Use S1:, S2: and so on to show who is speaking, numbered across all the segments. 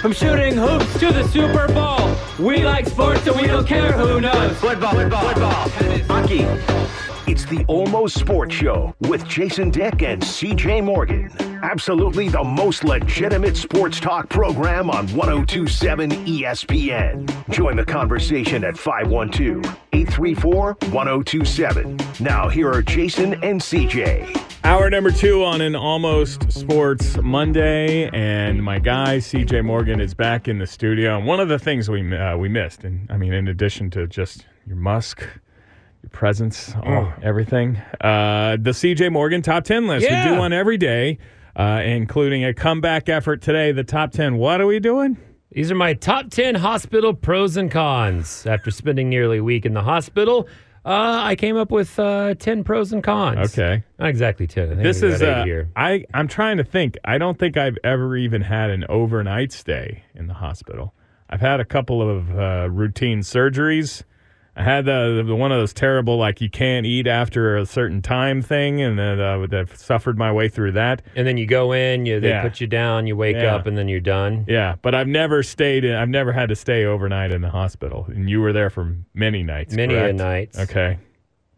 S1: from shooting hoops to the Super Bowl. We like sports and we don't care who knows.
S2: Football, football, football, tennis, hockey.
S3: It's the Almost Sports Show with Jason Dick and CJ Morgan. Absolutely the most legitimate sports talk program on 1027 ESPN. Join the conversation at 512 834 1027. Now, here are Jason and CJ.
S4: Hour number two on an almost sports Monday, and my guy CJ Morgan is back in the studio. And one of the things we uh, we missed, and I mean, in addition to just your Musk, your presence, all, everything, uh, the CJ Morgan top ten list.
S1: Yeah.
S4: We do one every day, uh, including a comeback effort today. The top ten. What are we doing?
S1: These are my top 10 hospital pros and cons. After spending nearly a week in the hospital, uh, I came up with uh, 10 pros and cons.
S4: Okay.
S1: Not exactly 10. I think
S4: This
S1: we got
S4: is
S1: eight
S4: uh,
S1: here.
S4: I I'm trying to think. I don't think I've ever even had an overnight stay in the hospital. I've had a couple of uh, routine surgeries. I had the, the one of those terrible like you can't eat after a certain time thing, and then uh, I've suffered my way through that.
S1: And then you go in, you, they
S4: Yeah.
S1: put you down, you wake
S4: Yeah.
S1: up, and then you're done.
S4: Yeah, but I've never stayed. In, I've never had to stay overnight in the hospital. And you were there for many nights.
S1: Many a
S4: correct?
S1: night.
S4: Okay,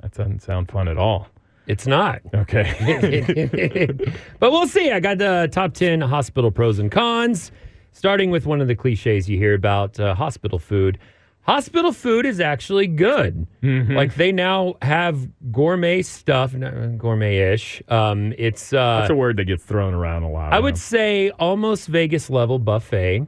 S4: that doesn't sound fun at all.
S1: It's not.
S4: Okay.
S1: but we'll see. I got the top 10 hospital pros and cons, starting with one of the cliches you hear about uh, hospital food. Hospital food is actually good.
S4: Mm-hmm.
S1: Like they now have gourmet stuff, gourmet ish. Um, it's, uh,
S4: That's a word that gets thrown around a lot.
S1: I would say, almost Vegas level buffet.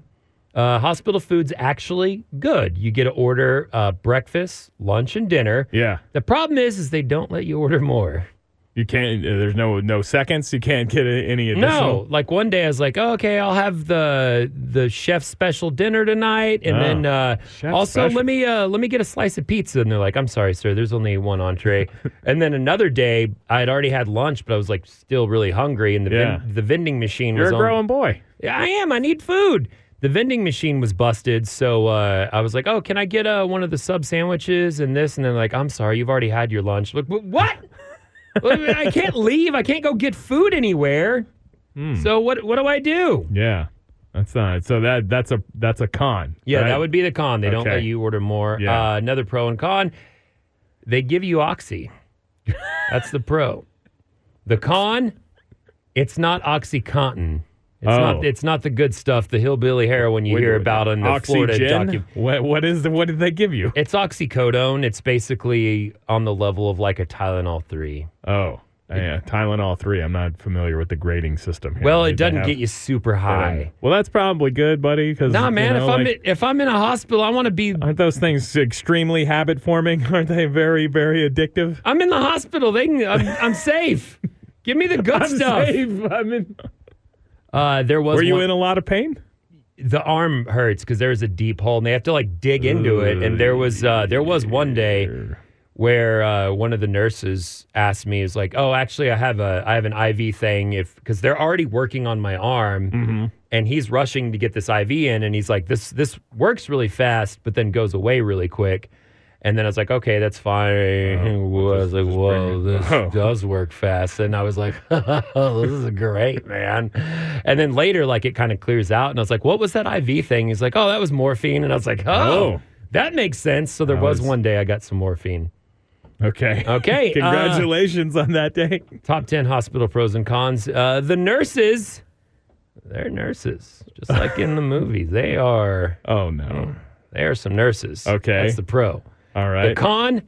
S1: Uh, hospital food's actually good. You get to order uh, breakfast, lunch, and dinner.
S4: Yeah.
S1: The problem is, is they don't let you order more.
S4: You can't. uh, There's no no seconds. You can't get a- any additional.
S1: No, like one day I was like, oh, okay, I'll have the the chef's special dinner tonight, and
S4: Oh,
S1: then uh,
S4: chef's
S1: also
S4: special.
S1: let me uh, let me get a slice of pizza. And they're like, I'm sorry, sir, there's only one entree. and then another day I had already had lunch, but I was like still really hungry, and the
S4: Yeah.
S1: vend- the vending machine
S4: You're
S1: was
S4: a
S1: on-
S4: growing boy.
S1: Yeah, I am. I need food. The vending machine was busted, so uh, I was like, "Oh, can I get uh, one of the sub sandwiches and this?" And then like, "I'm sorry, you've already had your lunch." Like, "Wh- what? I can't leave. I can't go get food anywhere. So what? What do I do?
S4: Yeah, that's not. So that that's a that's a con.
S1: Yeah,
S4: right?
S1: that would be the con. They don't
S4: Okay.
S1: let you order more.
S4: Yeah.
S1: Uh, another pro and con, they give you oxy. That's the pro. The con, it's not OxyContin. It's
S4: Oh.
S1: not. It's not the good stuff, the hillbilly heroin you
S4: What-
S1: hear about on the Florida
S4: Oxygen?
S1: docu.
S4: What what is the what did they give you?
S1: It's oxycodone. It's basically on the level of like a Tylenol three.
S4: Oh, yeah, Tylenol three. I'm not familiar with the grading system. Here.
S1: Well,
S4: Did
S1: it
S4: they
S1: doesn't
S4: have-
S1: get you super high.
S4: Well, that's probably good, buddy. Because
S1: Nah, man.
S4: You know,
S1: if I'm
S4: like,
S1: if I'm in a hospital, I want to be
S4: aren't those things extremely habit forming? Aren't they very very addictive?
S1: I'm in the hospital. They can, I'm, I'm safe. Give me the good stuff.
S4: Dave, I'm in-
S1: Uh, there was
S4: Were you
S1: one-
S4: in a lot of pain?
S1: the arm hurts because there was a deep hole, and they have to like dig into it. And there was uh, there was one day where uh, one of the nurses asked me, "Is like, oh, actually, I have a I have an IV thing if because they're already working on my arm."
S4: Mm-hmm.
S1: And he's rushing to get this IV in, and he's like, "This this works really fast, but then goes away really quick." And then I was like, "Okay, that's fine." I was like, "Whoa, this
S4: Oh.
S1: does work fast. And I was like, oh, this is great, man. And then later, like, it kind of clears out. And I was like, what was that IV thing? He's like, oh, that was morphine. And I was like, oh,
S4: Oh.
S1: that makes sense. So there
S4: That
S1: was,
S4: was-
S1: one day I got some morphine.
S4: Okay.
S1: Okay, uh,
S4: Congratulations on that day.
S1: Top 10 hospital pros and cons. Uh, the nurses, they're nurses, just like in the movies. They are,
S4: Oh no.
S1: they are some nurses.
S4: Okay.
S1: That's the pro.
S4: All
S1: The
S4: right.
S1: con,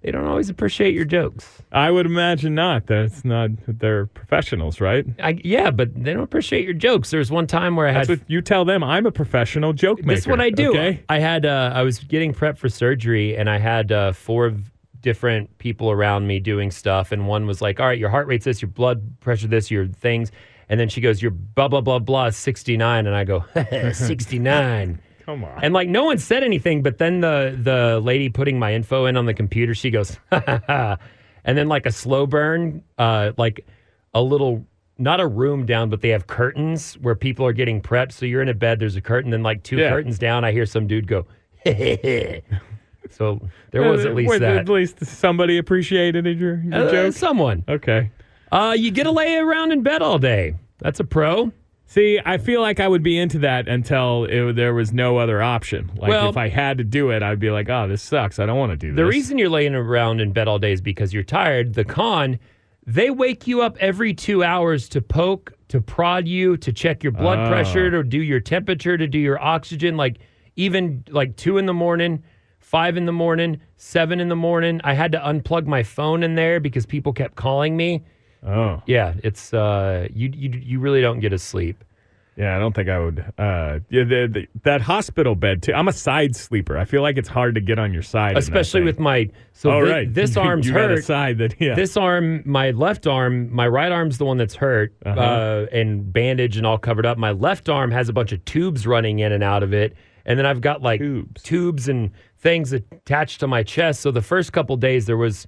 S1: they don't always appreciate your jokes.
S4: I would imagine not. That's not. They're professionals, right?
S1: I, yeah, but they don't appreciate your jokes. There was one time where I had
S4: That's what you tell them. I'm a professional joke maker.
S1: This is what I do.
S4: Okay.
S1: I had uh, I was getting prep for surgery, and I had uh, four v- different people around me doing stuff, and one was like, "All right, your heart rate's this, your blood pressure this, your things," and then she goes, "Your blah blah blah blah 69," and I go, "69."
S4: Come on.
S1: And like no one said anything, but then the the lady putting my info in on the computer, she goes, and then like a slow burn, uh, like a little not a room down, but they have curtains where people are getting prepped. So you're in a bed, there's a curtain, then like two
S4: Yeah.
S1: curtains down, I hear some dude go, so there was at least
S4: With-
S1: that.
S4: At least somebody appreciated your, your
S1: Uh,
S4: joke.
S1: someone.
S4: Okay.
S1: Uh, you get to lay around in bed all day. That's a pro.
S4: See, I feel like I would be into that until it, there was no other option. Like
S1: Well-
S4: if I had to do it, I'd be like, "Oh, this sucks. I don't want to do this."
S1: The reason you're laying around in bed all day is because you're tired. The con, they wake you up every two hours to poke, to prod you, to check your blood
S4: Ah.
S1: pressure, to do your temperature, to do your oxygen. Like even like two in the morning, five in the morning, seven in the morning. I had to unplug my phone in there because people kept calling me.
S4: oh,
S1: Yeah, it's uh, you you you really don't get a sleep.
S4: yeah, I don't think I would. Uh, yeah, the, the, that hospital bed too. I'm a side sleeper. I feel like it's hard to get on your side, in that
S1: especially
S4: thing.
S1: with my so
S4: oh,
S1: thi-
S4: right.
S1: this
S4: You-
S1: arm's
S4: you got a
S1: hurt.
S4: side that yeah.
S1: This arm, my left arm, my right arm's the one that's hurt uh
S4: Uh-huh.
S1: and bandaged and all covered up. My left arm has a bunch of tubes running in and out of it, and then I've got like
S4: Tubes.
S1: tubes and things attached to my chest. So the first couple days there was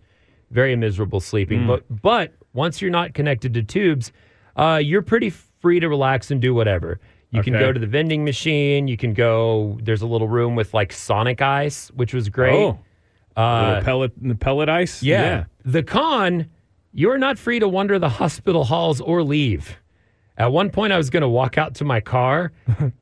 S1: very miserable
S4: Mm.
S1: sleeping, but but once you're not connected to tubes, uh, you're pretty free to relax and do whatever. You can
S4: Okay.
S1: go to the vending machine. You can go. There's a little room with like Sonic Ice, which was great.
S4: oh,
S1: Uh,
S4: little pellet pellet ice.
S1: yeah. The con, you're not free to wander the hospital halls or leave. At one point, I was going to walk out to my car,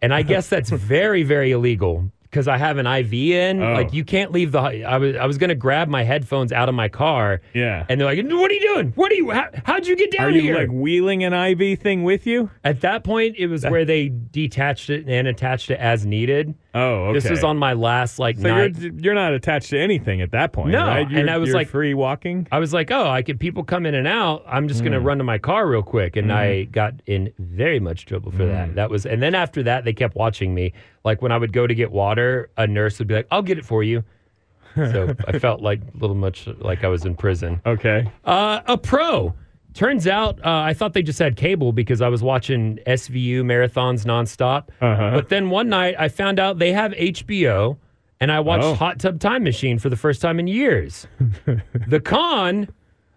S1: and I guess that's very, very illegal because I have an IV in.
S4: Oh.
S1: Like, you can't leave the. I was, I was going to grab my headphones out of my car.
S4: Yeah.
S1: And they're like, What are you doing? What are you? How, how'd you get down
S4: Are you
S1: here?
S4: like wheeling an IV thing with you?
S1: At that point, it was where they detached it and attached it as needed.
S4: Oh, okay.
S1: This was on my last, like,
S4: So
S1: night.
S4: you're you're not attached to anything at that point,
S1: No,
S4: right?
S1: and
S4: You're,
S1: I was
S4: you're
S1: like-
S4: free walking.
S1: I was like, oh, I could people come in and out. I'm just gonna run to my car real quick, and I got in very much trouble for that. That was, and then after that, they kept watching me. Like when I would go to get water, a nurse would be like, "I'll get it for you." So I felt like a little much like I was in prison.
S4: Okay.
S1: Uh, a pro. Turns out, uh, I thought they just had cable because I was watching SVU marathons nonstop.
S4: Uh-huh.
S1: But then one night, I found out they have HBO, and I watched
S4: Oh.
S1: Hot Tub Time Machine for the first time in years. the con: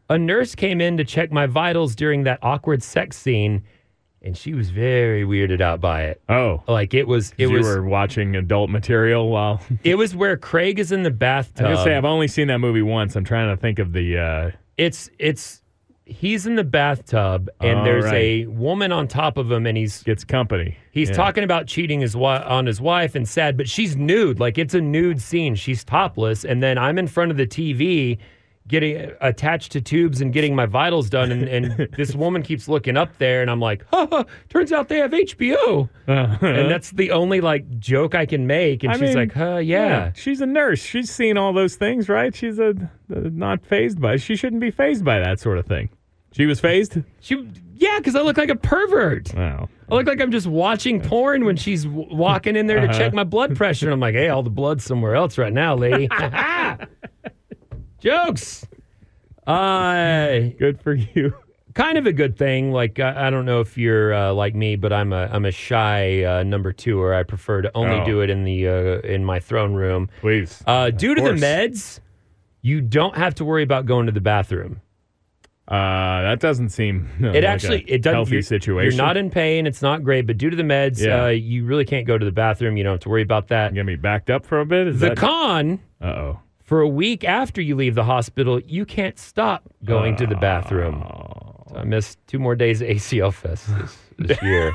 S1: a nurse came in to check my vitals during that awkward sex scene, and she was very weirded out by it.
S4: Oh,
S1: Like it was, it
S4: you
S1: was,
S4: were watching adult material while.
S1: it was where Craig is in the
S4: I
S1: bathtub.
S4: was gonna say I've only seen that movie once. I'm trying to think of the. Uh,
S1: it's it's he's in the bathtub and
S4: All
S1: there's
S4: right.
S1: a woman on top of him and he's
S4: gets company.
S1: he's
S4: Yeah.
S1: talking about cheating his wi- on his wife and sad but she's nude like it's a nude scene she's topless and then I'm in front of the TV getting uh, attached to tubes and getting my vitals done and, and this woman keeps looking up there and I'm like ha, ha turns out they have HBO and that's the only like joke I can make and
S4: I
S1: she's
S4: mean,
S1: like huh yeah.
S4: she's a nurse. She's seen all those things, right? She's a, a not phased by. She shouldn't be phased by that sort of thing. She was phased.
S1: she yeah because I look like a pervert
S4: Oh,
S1: I look like I'm just watching porn when she's w- walking in there to
S4: Uh-huh.
S1: check my blood pressure. And I'm like, hey, all the blood's somewhere else right now, lady. Jokes. Uh,
S4: good for you.
S1: kind of a good thing. Like, I, I don't know if you're uh, like me, but I'm a I'm a shy uh, number two, or I prefer to only
S4: Oh.
S1: do it in the uh, in my throne room.
S4: Please.
S1: Uh, due to the
S4: course.
S1: meds, you don't have to worry about going to the bathroom.
S4: Uh, that doesn't seem. uh,
S1: It
S4: like
S1: actually
S4: a
S1: it doesn't
S4: healthy
S1: you're,
S4: situation.
S1: You're not in pain. It's not great, but due to the meds,
S4: Yeah.
S1: uh, you really can't go to the bathroom. You don't have to worry about that.
S4: I'm gonna be backed up for a bit. Is
S1: The
S4: that?
S1: con
S4: uh oh.
S1: for a week after you leave the hospital, you can't stop going to the
S4: Ah.
S1: bathroom. So I missed two more days of ACL Fest this, this year.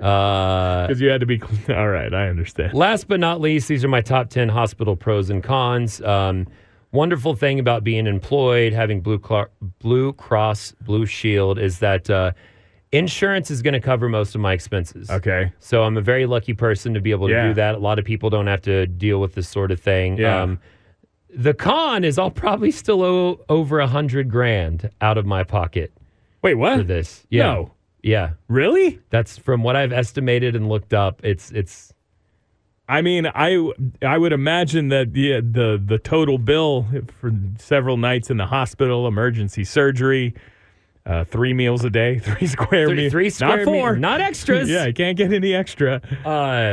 S1: Uh,
S4: Because you had to be. cl- All right, I understand.
S1: last but not least, these are my top 10 hospital pros and cons. Um, wonderful thing about being employed, having Blue, Cla- Blue Cross Blue Shield, is that uh, insurance is going to cover most of my expenses.
S4: Okay.
S1: So I'm a very lucky person to be able to
S4: Yeah.
S1: do that. A lot of people don't have to deal with this sort of thing. Um,
S4: Yeah.
S1: the con is I'll probably still owe over a hundred grand out of my pocket
S4: Wait, what?
S1: for this. Yeah.
S4: No.
S1: Yeah.
S4: Really?
S1: That's from what I've estimated and looked up. It's it's
S4: I mean, I I would imagine that the the the total bill for several nights in the hospital, emergency surgery, uh, three meals a day, three square
S1: three,
S4: meals,
S1: three square
S4: not four,
S1: meal- not extras.
S4: yeah, I can't get any extra.
S1: Uh,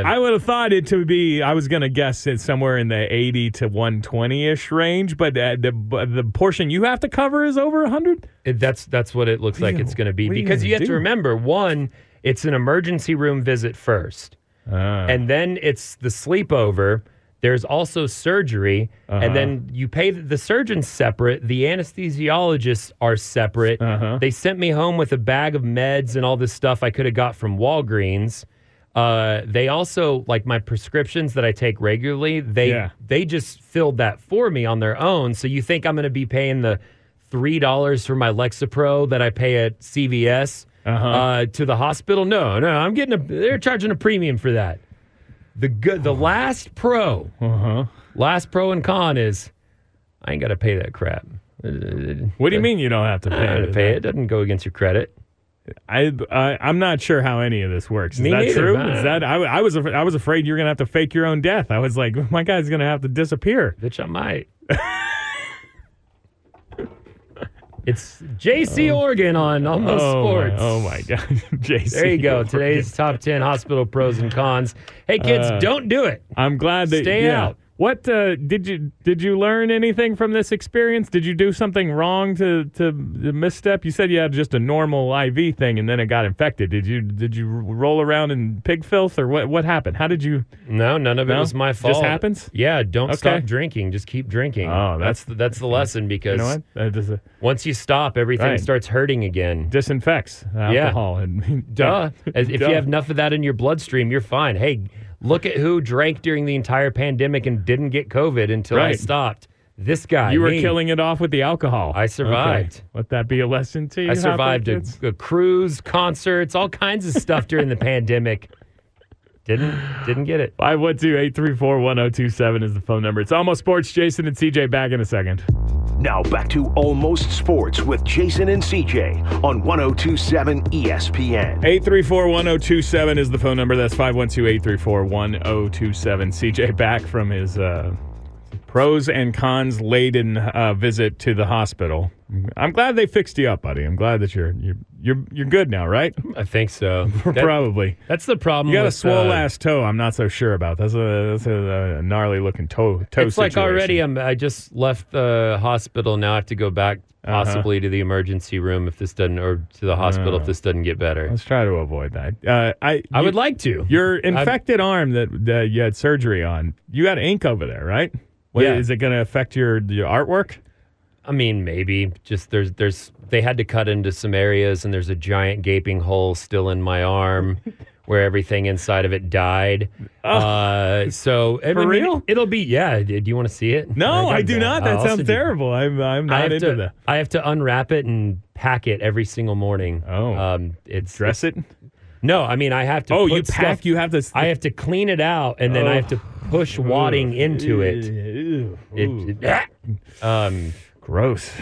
S4: I would have thought it to be. I was gonna guess it's somewhere in the eighty to one twenty ish range, but uh, the but the portion you have to cover is over hundred.
S1: It- that's that's what it looks like it's going to be
S4: What are you
S1: because
S4: gonna
S1: you have to
S4: do?
S1: remember one, Ah. it's an emergency room visit first, and then it's the sleepover. There's also surgery,
S4: Uh-huh.
S1: and then you pay the, the surgeon's separate. The anesthesiologists are separate.
S4: Uh-huh.
S1: They sent me home with a bag of meds and all this stuff I could have got from Walgreens. Uh, they also like my prescriptions that I take regularly. They
S4: Yeah.
S1: they just filled that for me on their own. So you think I'm going to be paying the three dollars for my Lexapro that I pay at CVS
S4: Uh-huh.
S1: uh, to the hospital? No, no, I'm getting a. They're charging a premium for that. The good, the last pro,
S4: Uh huh.
S1: last pro and con is, I ain't got to pay that crap. Uh,
S4: What do you mean you don't have to pay?
S1: I gotta Uh, pay it. Doesn't go against your credit.
S4: I, I I'm not sure how any of this works. Is
S1: Me
S4: that
S1: neither,
S4: true?
S1: man.
S4: Is that I, I was af- I was afraid you were gonna have to fake your own death. I was like, my guy's gonna have to disappear.
S1: Bitch, I might. it's JC Oregon on Almost
S4: oh,
S1: Sports.
S4: my, oh my god, JC.
S1: There you go.
S4: Morgan.
S1: Today's top 10 hospital pros and cons. Hey, kids,
S4: Uh,
S1: don't do it.
S4: I'm glad that
S1: Stay
S4: yeah.
S1: out.
S4: What uh, did you did you learn anything from this experience? Did you do something wrong to to the misstep? You said you had just a normal IV thing and then it got infected. Did you did you roll around in pig filth or what what happened? How did you?
S1: No, none of it
S4: No?
S1: was my
S4: Just
S1: fault.
S4: happens?
S1: Yeah, don't
S4: Okay.
S1: stop drinking. Just keep drinking.
S4: Oh,
S1: that's the, that's the lesson because
S4: You know what? Uh, does it
S1: once you stop, everything
S4: Right.
S1: starts hurting again.
S4: disinfects alcohol and
S1: Duh. As, if
S4: Duh.
S1: you have enough of that in your bloodstream, you're fine. Hey, look at who drank during the entire pandemic and didn't get COVID until I
S4: Right.
S1: stopped. This guy.
S4: You were
S1: me.
S4: killing it off with the alcohol.
S1: I survived.
S4: Okay. Let that be a lesson to you.
S1: I
S4: Hopper
S1: survived a,
S4: kids.
S1: a cruise, concerts, all kinds of stuff during the pandemic. Didn't didn't get it.
S4: 512-834-1027 is the phone number. It's almost sports. Jason and CJ back in a second.
S3: Now back to Almost Sports with Jason and CJ on 1027 ESPN.
S4: 834-1027 is the phone number. That's 512-834-1027. CJ back from his uh, pros and cons laden uh, visit to the hospital. I'm glad they fixed you up, buddy. I'm glad that you're you're you're, you're good now, right?
S1: I think so. That-
S4: Probably.
S1: that's the problem.
S4: You got a
S1: with,
S4: swole
S1: uh,
S4: ass toe. I'm not so sure about. That's a that's a, a gnarly looking toe. toe
S1: It's like
S4: situation.
S1: already I'm, I just left the hospital. Now I have to go back possibly to the emergency room if this doesn't, or to the hospital if this doesn't get better.
S4: Let's try to avoid that. Uh, I
S1: I
S4: you-
S1: would like to.
S4: your infected arm that, that you had surgery on. You got ink over there, right? What,
S1: Yeah.
S4: Is it going to affect your your artwork?
S1: I mean, maybe just there's there's they had to cut into some areas, and there's a giant gaping hole still in my arm, where everything inside of it died. Uh, so I mean,
S4: real?
S1: it'll be yeah. Do you want to see it?
S4: No,
S1: think
S4: I
S1: I'm
S4: do
S1: done.
S4: not. That
S1: I'll
S4: sounds
S1: send you-
S4: terrible. I'm I'm
S1: I
S4: not
S1: have,
S4: into
S1: to,
S4: that.
S1: I have to unwrap it and pack it every single morning.
S4: Oh.
S1: um, it's
S4: Dress it.
S1: No, I mean I have to.
S4: Oh,
S1: put
S4: you pack.
S1: stuff-
S4: you Oh. have to.
S1: I have to clean it out, and then I have to push wadding into it.
S4: Ew.
S1: It- it- um,
S4: Gross.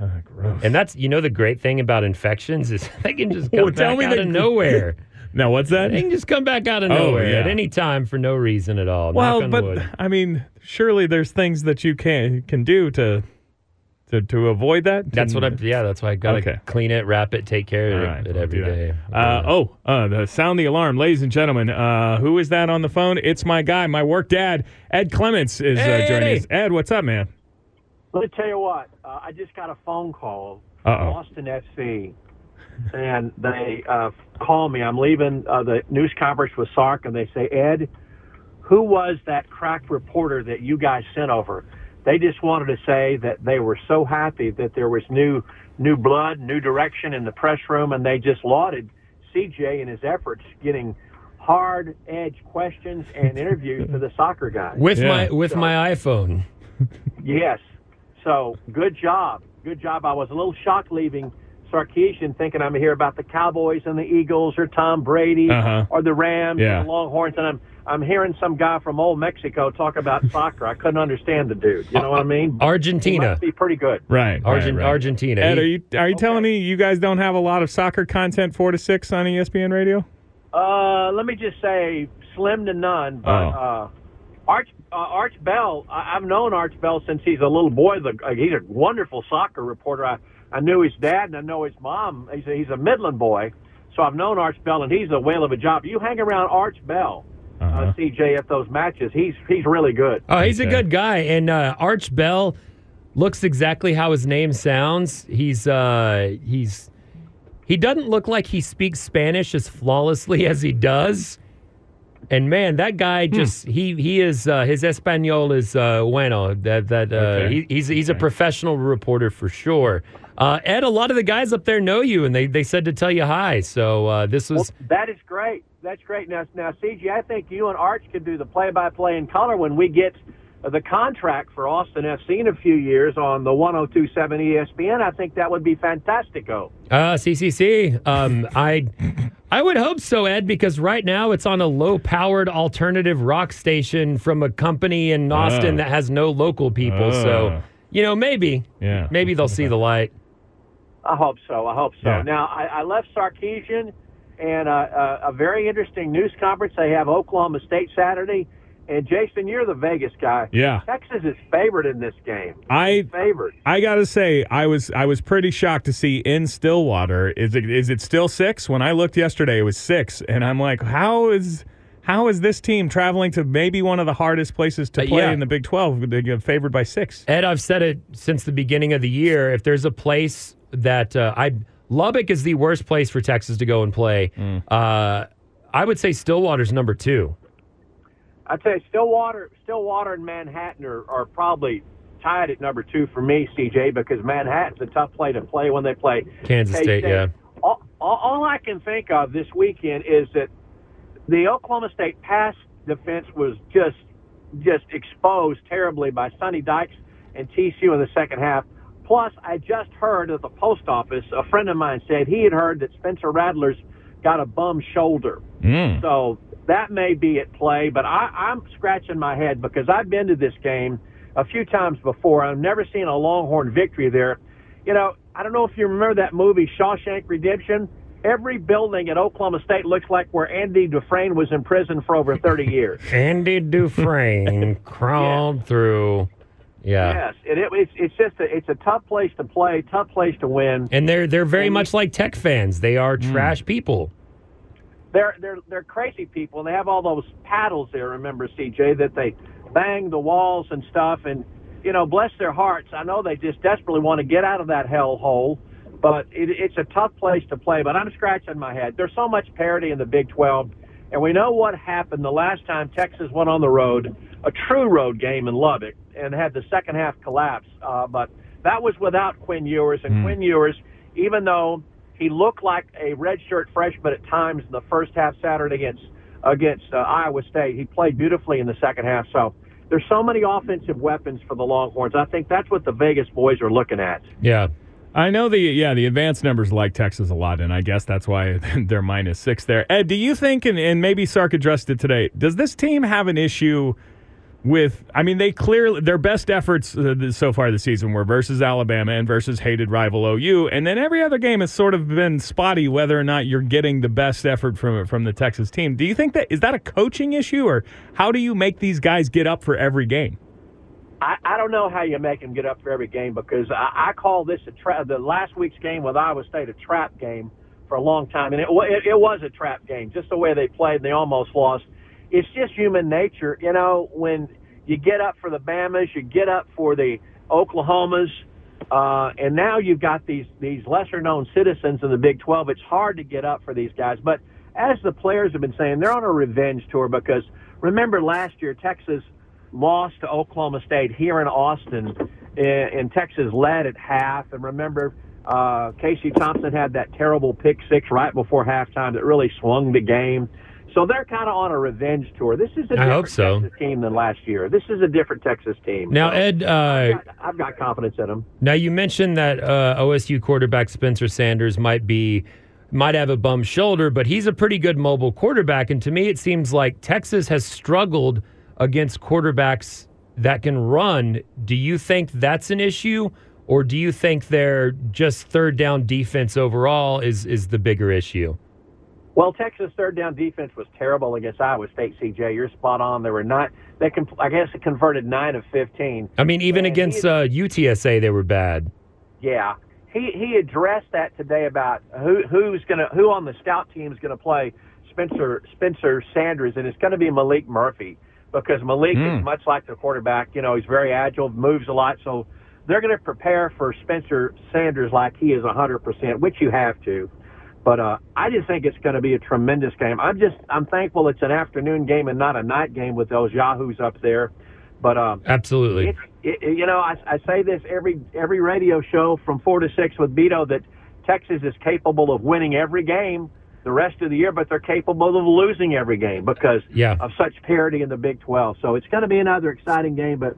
S4: Uh, gross.
S1: And that's you know the great thing about infections is they can just come
S4: Well, tell
S1: back
S4: me
S1: out
S4: the-
S1: of nowhere.
S4: Now what's that?
S1: They can just come back out of
S4: Oh,
S1: nowhere at
S4: yeah.
S1: any time for no reason at all.
S4: Well,
S1: Knock on
S4: but
S1: wood.
S4: I mean, surely there's things that you can can do to to to avoid that.
S1: that's what
S4: To-
S1: I'm. Yeah, that's why I gotta
S4: Okay.
S1: clean it, wrap it, take care
S4: All
S1: of
S4: right,
S1: it
S4: we'll
S1: every
S4: do that.
S1: day.
S4: Uh, oh, uh, the sound the alarm, ladies and gentlemen. Uh, who is that on the phone? It's my guy, my work dad, Ed Clements is
S1: Hey,
S4: uh, joining
S1: Eddie.
S4: us. Ed, what's up, man?
S5: Let me tell you what. Uh, I just got a phone call from
S4: Uh-oh.
S5: Austin FC, and they uh, call me. I'm leaving uh, the news conference with Sark, and they say, Ed, who was that crack reporter that you guys sent over? They just wanted to say that they were so happy that there was new new blood, new direction in the press room, and they just lauded CJ and his efforts getting hard edge questions and interviews for the soccer guys.
S1: with
S4: yeah.
S1: my with my iPhone.
S5: Yes. So good job. Good job. I was a little shocked leaving Sarkeesian thinking I'm going to hear about the Cowboys and the Eagles or Tom Brady
S4: Uh-huh.
S5: or the Rams
S4: Yeah.
S5: and the Longhorns. And I'm, I'm hearing some guy from old Mexico talk about soccer. I couldn't understand the dude. You know what I mean? He
S1: Argentina,
S5: must be pretty good.
S4: Right,
S1: Argent, Argentina.
S4: Ed,
S1: He-
S4: are you are you telling me you guys don't have a lot of soccer content four to six on E ESPN Radio?
S5: Uh, let me just say, slim to none. But
S4: Oh.
S5: uh, Arch uh, Arch Bell, I- I've known Arch Bell since he's a little boy. The, uh, he's a wonderful soccer reporter. I I knew his dad and I know his mom. He's a, he's a Midland boy, so I've known Arch Bell, and he's a whale of a job. You hang around Arch Bell, uh
S4: Uh-huh.
S5: CJ, at those matches. He's he's really good.
S1: Oh, he's a
S4: Okay.
S1: good guy, and uh, Arch Bell looks exactly how his name sounds. He's uh, he's he doesn't look like he speaks Spanish as flawlessly as he does, And man, that guy
S4: Hmm.
S1: just he he is uh, his Espanol is uh, bueno. That that uh,
S4: Okay.
S1: he, he's he's a professional reporter for sure. Uh, Ed, a lot of the guys up there know you, and they they said to tell you hi. So uh, this
S5: Well,
S1: was
S5: that is great. That's great. Now, now, CG, I think you and Arch could do the play-by-play in color when we get the contract for Austin FC in a few years on the 1027 ESPN. I think that would be oh. fantastico.
S1: uh, CCC. Um, I I would hope so, Ed, because right now it's on a low powered alternative rock station from a company in Austin
S4: Oh.
S1: that has no local people.
S4: Oh.
S1: So you know maybe
S4: Yeah.
S1: maybe they'll see the light.
S5: I hope so. I hope so.
S4: Yeah.
S5: Now, I, I left Sarkeesian and uh, uh, a very interesting news conference. They have Oklahoma State Saturday. And, Jason, you're the Vegas guy.
S4: Yeah.
S5: Texas is favored in this game.
S4: I
S5: Favored.
S4: I gotta say, I was I was pretty shocked to see in Stillwater. Is it is it still six? When I looked yesterday, it was six, and I'm like, how is how is this team traveling to maybe one of the hardest places to
S1: Uh,
S4: play
S1: yeah.
S4: in the Big Twelve? They get favored by six.
S1: Ed, I've said it since the beginning of the year. If there's a place that uh, I Lubbock is the worst place for Texas to go and play, uh, I would say Stillwater's number two.
S5: I tell you, Stillwater, Stillwater, and Manhattan are, are probably tied at number two for me, CJ, because Manhattan's a tough play to play when they play
S1: Kansas State, yeah.
S5: All, all, all I can think of this weekend is that the Oklahoma State pass defense was just just exposed terribly by Sonny Dykes and TCU in the second half. Plus, I just heard at the post office, a friend of mine said he had heard that Spencer Rattler's got a bum shoulder. So that may be at play, but I, I'm scratching my head because I've been to this game a few times before. I've never seen a Longhorn victory there. You know, I don't know if you remember that movie Shawshank Redemption. Every building at Oklahoma State looks like where Andy Dufresne was in prison for over 30 years.
S1: Andy Dufresne crawled through. Yeah.
S5: yes, and it, it's, it's just a, it's a tough place to play, tough place to win.
S1: And they're they're very much like tech fans. They are trash people.
S5: they're they're they're crazy people, and they have all those paddles there. Remember, CJ, that they bang the walls and stuff, and you know, bless their hearts. I know they just desperately want to get out of that hell hole, but it, it's a tough place to play. But I'm scratching my head. There's so much parity in the Big 12, and we know what happened the last time Texas went on the road, a true road game in Lubbock, and had the second half collapse. Uh, but that was without Quinn Ewers, and Quinn Ewers, even though he looked like a redshirt freshman at times in the first half Saturday against against uh, Iowa State. He played beautifully in the second half. So there's so many offensive weapons for the Longhorns. I think that's what the Vegas boys are looking at.
S1: Yeah.
S4: I know the yeah the advanced numbers like Texas a lot, and I guess that's why they're minus six there. Ed, do you think, and, and maybe Sark addressed it today, does this team have an issue with? I mean, they clearly their best efforts uh, th- so far this season were versus Alabama and versus hated rival OU, and then every other game has sort of been spotty whether or not you're getting the best effort from from the Texas team. Do you think that is that a coaching issue, or how do you make these guys get up for every game?
S5: I, I don't know how you make them get up for every game because I, I call this a trap. The last week's game with Iowa State a trap game for a long time, and it, wa- it, it was a trap game. Just the way they played, and they almost lost. It's just human nature, you know. When you get up for the Bama's, you get up for the Oklahomas, uh, and now you've got these these lesser known citizens in the Big 12. It's hard to get up for these guys, but as the players have been saying, they're on a revenge tour because remember last year Texas lost to Oklahoma State here in Austin, and, and Texas led at half. And remember, uh, Casey Thompson had that terrible pick six right before halftime that really swung the game. So they're kind of on a revenge tour. This is a different
S1: hope so.
S5: Texas team than last year. This is a different Texas team.
S1: Now,
S5: So
S1: Ed, uh,
S5: I've got- I've got confidence in them.
S1: Now you mentioned that uh, OSU quarterback Spencer Sanders might be might have a bum shoulder, but he's a pretty good mobile quarterback. And to me, it seems like Texas has struggled against quarterbacks that can run. Do you think that's an issue, or do you think their just third down defense overall is is the bigger issue?
S5: Well, Texas third down defense was terrible against Iowa State. CJ, you're spot on. They were not. They, com- I guess, they converted nine of fifteen.
S1: I mean, even
S5: Man,
S1: against
S5: he-
S1: uh, UTSA, they were bad.
S5: Yeah, he he addressed that today about who who's gonna who on the scout team is gonna play Spencer Spencer Sanders, and it's gonna be Malik Murphy because Malik is much like the quarterback. You know, he's very agile, moves a lot, so they're gonna prepare for Spencer Sanders like he is 100, percent which you have to. But uh, I just think it's going to be a tremendous game. I'm just I'm thankful it's an afternoon game and not a night game with those yahoos up there. But um,
S1: Absolutely.
S5: it, it, you know, I, I say this every every radio show from four to six with Beto that Texas is capable of winning every game the rest of the year, but they're capable of losing every game because
S1: Yeah.
S5: of such parity in the Big Twelve. So it's going to be another exciting game, but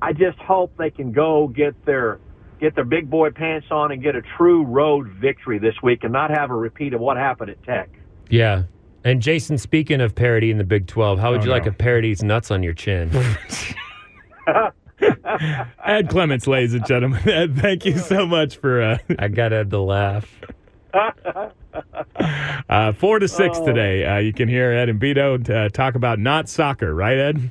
S5: I just hope they can go get their get their big boy pants on and get a true road victory this week and not have a repeat of what happened at Tech.
S1: Yeah. And Jason, speaking of parody in the Big 12, how would
S4: Oh,
S1: you like
S4: no.
S1: a parody's nuts on your chin?
S4: Ed Clements, ladies and gentlemen. Ed, thank you so much for uh,
S1: I got Ed to laugh.
S4: uh, four to six
S1: Oh.
S4: today. Uh, you can hear Ed and Beto uh, talk about not soccer, right, Ed?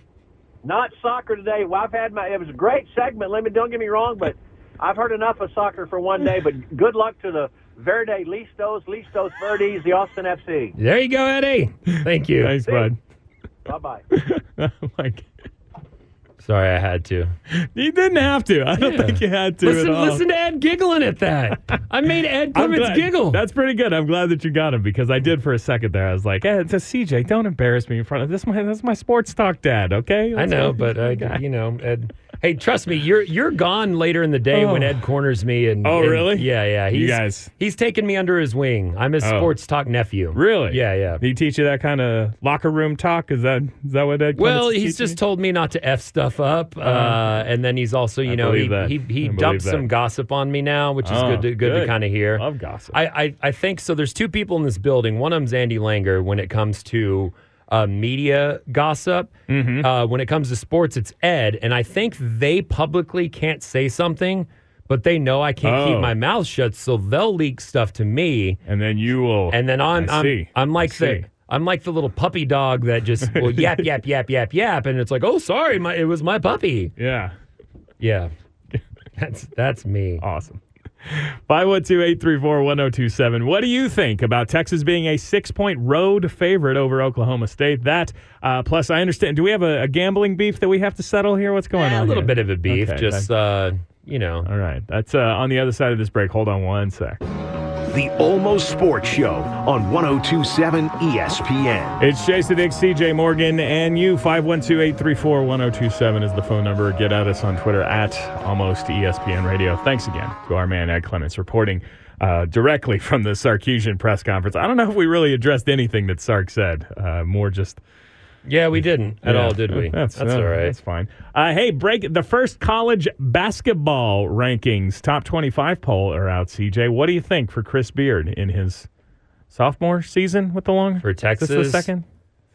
S5: not soccer today. Well, I've had my. It was a great segment. Let me don't get me wrong, but I've heard enough of soccer for one day. But good luck to the Verde Listos, Listos Verdes, the Austin FC.
S1: There you go, Eddie. Thank you.
S4: Thanks, bud.
S5: Bye bye.
S4: like,
S1: Sorry, I had to.
S4: you didn't have to. I don't
S1: Yeah.
S4: think you had to at
S1: Listen,
S4: all.
S1: listen to Ed giggling at that. I made Ed
S4: I'm
S1: Clements
S4: glad-
S1: giggle.
S4: That's pretty good. I'm glad that you got him because I did for a second there. I was like, "Hey, it's a CJ. Don't embarrass me in front of this. My that's my sports talk dad. Okay,
S1: I
S4: Let's
S1: know,
S4: go."
S1: but I, you know, Ed. Hey, trust me, you're you're gone later in the day when
S4: Oh.
S1: Ed corners me. And
S4: Oh,
S1: and-
S4: really?
S1: Yeah, yeah. He's,
S4: You guys-
S1: he's taken me under his wing. I'm his
S4: Oh.
S1: sports talk nephew.
S4: really,
S1: Yeah, yeah.
S4: He teach you that kind of locker room talk? Is that is that what Ed? Clements
S1: Well,
S4: is
S1: he's
S4: teaching
S1: just told me not to f stuff up, uh, and then he's also, you
S4: Uh-huh. I
S1: know, he,
S4: believe that.
S1: he
S4: I
S1: he
S4: believe
S1: dumped
S4: that.
S1: some gossip on me now, which is
S4: Oh,
S1: good to good, to
S4: good.
S1: kind of
S4: you?
S1: hear.
S4: Love gossip.
S1: I, I I think so. There's two people in this building. One of them's Andy Langer. When it comes to uh, media gossip,
S4: Mm-hmm.
S1: uh, when it comes to sports, it's Ed. And I think they publicly can't say something, but they know I can't
S4: Oh.
S1: keep my mouth shut, so they'll leak stuff to me,
S4: and then you will.
S1: and then I'm
S4: I
S1: I'm,
S4: see.
S1: I'm like
S4: I see.
S1: the. I'm like the little puppy dog that just will yap yap yap yap yap, and it's like, oh, sorry, my it was my puppy.
S4: yeah.
S1: Yeah, that's that's me.
S4: Awesome. 512 834 1027. What do you think about Texas being a six point road favorite over Oklahoma State? That, uh, plus, I understand. Do we have a, a gambling beef that we have to settle here? What's going
S1: Eh,
S4: on?
S1: a little
S4: here?
S1: bit of a beef,
S4: Oh, Okay,
S1: just uh, you know,
S4: All right. That's uh, on the other side of this break. Hold on one sec.
S3: The Almost Sports Show on 1027 ESPN.
S4: It's Jason Dix, CJ Morgan, and you. 512 834 1027 is the phone number. Get at us on Twitter at almost E ESPN Radio. Thanks again to our man, Ed Clements, reporting uh, directly from the Sarkeesian press conference. I don't know if we really addressed anything that Sark said, uh, more just.
S1: Yeah, we didn't at
S4: Yeah,
S1: all, did we?
S4: That's,
S1: That's
S4: uh,
S1: all right.
S4: That's fine. Uh, hey, break the first college basketball rankings top 25 poll are out, CJ. What do you think for Chris Beard in his sophomore season with the long?
S1: For
S4: Is this
S1: Texas?
S4: the second?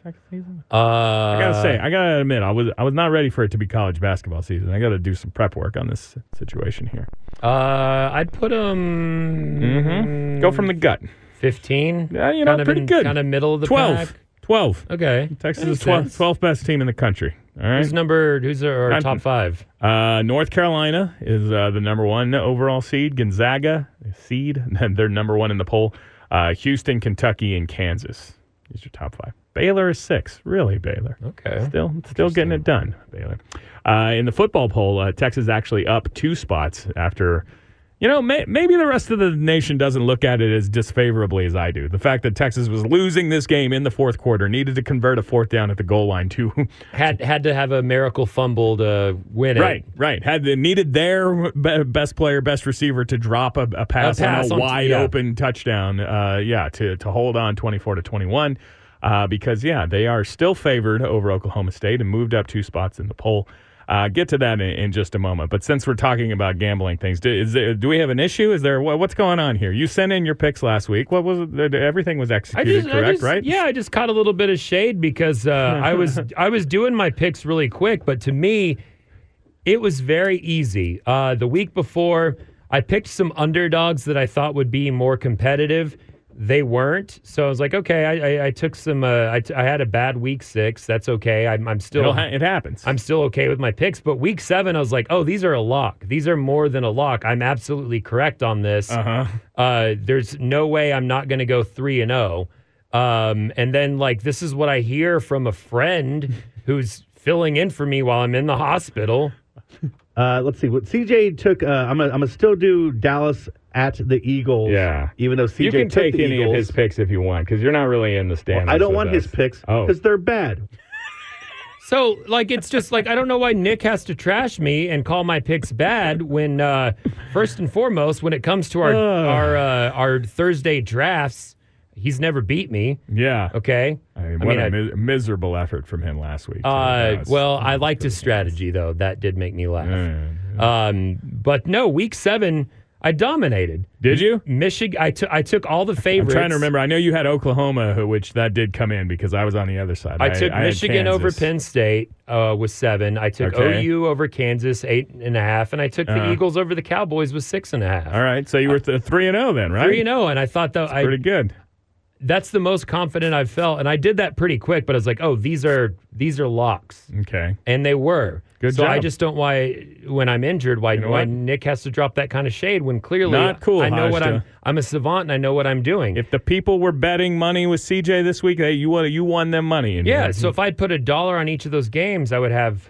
S4: Second season?
S1: Uh, I
S4: I gotta say, I gotta admit, I was I was not ready for it to be college basketball season. I gotta do some prep work on this situation here.
S1: uh, I'd put him
S4: Mm-hmm. Go from the gut.
S1: 15.
S4: Yeah, you know,
S1: kind of
S4: pretty
S1: in-
S4: good.
S1: Kind of middle of the
S4: 12.
S1: pack.
S4: 12.
S1: Okay.
S4: Texas
S1: That
S4: is
S1: makes
S4: 12,
S1: sense.
S4: 12th best team in the country. All right.
S1: Who's number? Who's our, our
S4: I'm-
S1: top five?
S4: Uh, North Carolina is uh, the number one overall seed. Gonzaga seed, and they're number one in the poll. Uh, Houston, Kentucky, and Kansas. These are top five. Baylor is six. Really, Baylor.
S1: Okay.
S4: Still, still getting it done, Baylor. Uh, in the football poll, uh, Texas actually up two spots after. You know, may, maybe the rest of the nation doesn't look at it as disfavorably as I do. The fact that Texas was losing this game in the fourth quarter, needed to convert a fourth down at the goal line to
S1: Had had to have a miracle fumble to win it.
S4: Right, right. Had they needed their be- best player, best receiver to drop a, a pass,
S1: pass
S4: on
S1: on-
S4: a wide
S1: yeah.
S4: open touchdown. Uh, yeah, to to hold on twenty four to twenty one, uh, because yeah, they are still favored over Oklahoma State and moved up two spots in the poll. Uh, get to that in, in just a moment. But since we're talking about gambling things, do, is there, do we have an issue? Is there what, what's going on here? You sent in your picks last week. What was it? Everything was
S1: I
S4: executed
S1: just,
S4: correct,
S1: I just-
S4: right?
S1: Yeah, I just caught a little bit of shade because uh, I was I was doing my picks really quick, but to me, it was very easy. Uh, the week before, I picked some underdogs that I thought would be more competitive. They weren't, so I was like, okay, I, I, I took some. Uh, I, t- I had a bad week six. That's okay. I'm, I'm still
S4: It'll ha- it happens.
S1: I'm still okay with my picks. But week seven, I was like, oh, these are a lock. These are more than a lock. I'm absolutely correct on this.
S4: uh-huh.
S1: Uh, there's no way I'm not going to go three and zero. Um, and then like this is what I hear from a friend who's filling in for me while I'm in the hospital.
S6: Uh, let's see. What CJ took. Uh, I'm gonna I'm gonna still do Dallas at the Eagles.
S7: Yeah.
S6: Even though CJ
S7: you can
S6: took
S7: take
S6: the
S7: any
S6: Eagles.
S7: of his picks if you want because you're not really in the standings.
S6: I don't
S7: with
S6: want
S7: us.
S6: his picks
S7: Oh.
S6: because they're bad.
S1: So, like, it's just like I don't know why Nick has to trash me and call my picks bad when, uh, first and foremost, when it comes to our our uh, our Thursday drafts, he's never beat me.
S4: Yeah.
S1: Okay.
S4: I mean,
S1: I
S4: what
S1: mean,
S4: a
S1: I-
S4: mis- miserable effort from him last week.
S1: Uh,
S4: Yes.
S1: well, I liked his strategy though. That did make me laugh.
S4: Yeah.
S1: Um, but no, week seven, I dominated.
S4: Did you?
S1: Michigan, I took I took all the
S4: I'm
S1: favorites.
S4: trying to remember. I know you had Oklahoma, who- which that did come in because I was on the other side.
S1: I took
S4: had
S1: Michigan over
S4: Kansas.
S1: Penn State uh, with seven. I took
S4: Okay.
S1: OU over Kansas eight and a half, and I took the
S4: Uh-huh.
S1: Eagles over the Cowboys with six and a half.
S4: All right, so you
S7: Uh,
S4: were th- three and zero then, right?
S1: Three and zero, and I thought that
S7: oh.
S1: I
S4: Pretty good.
S1: that's the most confident I've felt, and I did that pretty quick. But I was like, oh, these are these are locks,
S4: Okay.
S1: and they were.
S4: Good
S1: so I
S4: job.
S1: just don't why when I'm injured why,
S4: know
S1: why
S4: what?
S1: Nick has to drop that kind of shade when clearly
S4: Not cool,
S1: I know what
S4: Hajda.
S1: I'm I'm a savant and I know what I'm doing.
S4: If the people were betting money with CJ this week, hey, you won, you won them money. And
S1: yeah, so if I'd put a dollar on each of those games, I would have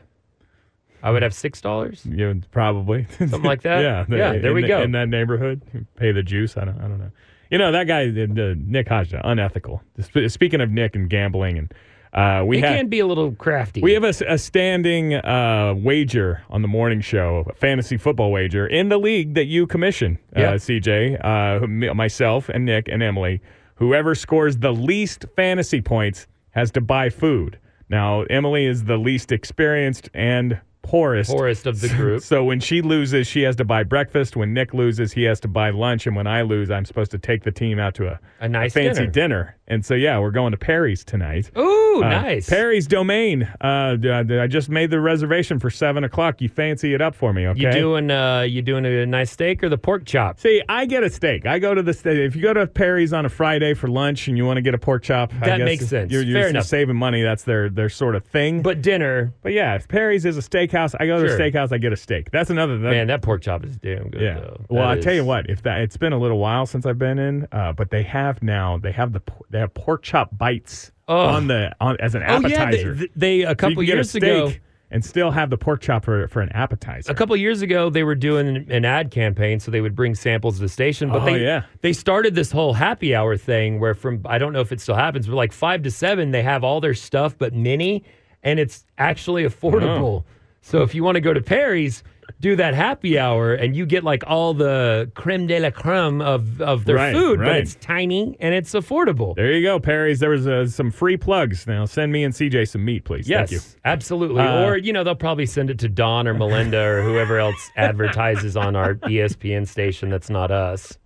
S1: I would have six dollars.
S4: you would probably something
S1: like that?
S4: yeah,
S1: Yeah,
S4: in
S1: there we
S4: the-
S1: go.
S4: In that neighborhood, pay the juice. I don't, I don't know. You know that guy, the, the Nick Hodgson, unethical. Sp- Speaking of Nick and gambling, and uh, we
S1: He
S4: had
S1: can be a little crafty.
S4: We have a, a standing uh, wager on the morning show, a fantasy football wager in the league that you commission,
S1: Yeah.
S4: uh, CJ, uh, who- me- myself, and Nick and Emily. Whoever scores the least fantasy points has to buy food. Now, Emily is the least experienced and poorest.
S1: poorest of the group.
S4: So when she loses, she has to buy breakfast. When Nick loses, he has to buy lunch. And when I lose, I'm supposed to take the team out to a,
S1: A nice
S4: fancy
S1: dinner.
S4: dinner. And so, yeah, we're going to Perry's tonight.
S1: Ooh,
S4: Uh,
S1: nice.
S4: Perry's Domain. Uh, d- uh, I just made the reservation for seven o'clock. You fancy it up for me, okay?
S1: You doing uh you doing a nice steak or the pork chop?
S4: See, I get a steak. I go to the steak. If you go to Perry's on a Friday for lunch and you want to get a pork chop, I
S1: That
S4: guess
S1: makes sense.
S4: You're, you're
S1: Fair
S4: just
S1: enough.
S4: saving money. That's their their sort of thing.
S1: But dinner,
S4: but yeah, if Perry's is a steakhouse, I go to
S1: Sure.
S4: a steakhouse. I get a steak. That's another. That,
S1: man, that pork chop is damn good.
S4: Uh, yeah.
S1: Though.
S4: Well,
S1: uh, That
S4: I tell you
S1: is-
S4: what, if that it's been a little while since I've been in, uh, but they have now. They have the por- they have pork chop bites
S1: Ugh.
S4: on the on as an
S1: Oh
S4: appetizer.
S1: yeah, they, they a
S4: So you
S1: couple
S4: can get a
S1: years
S4: steak
S1: ago.
S4: and still have the pork chop for, for an appetizer.
S1: A couple years ago, they were doing an ad campaign, so they would bring samples to the station. But
S4: Oh,
S1: they
S4: yeah.
S1: they started this whole happy hour thing where from I don't know if it still happens, but like five to seven, they have all their stuff but mini, and it's actually affordable.
S4: Oh.
S1: So if you want to go to Perry's, do that happy hour, and you get like all the creme de la creme of of their
S4: Right,
S1: food, but
S4: right.
S1: it's tiny and it's affordable.
S4: There you go, Perry's. There was uh, some free plugs. Now send me and CJ some meat, please.
S1: Yes,
S4: Thank you.
S1: absolutely.
S4: Uh,
S1: or you know they'll probably send it to Don or Melinda or whoever else advertises on our E ESPN station that's not us.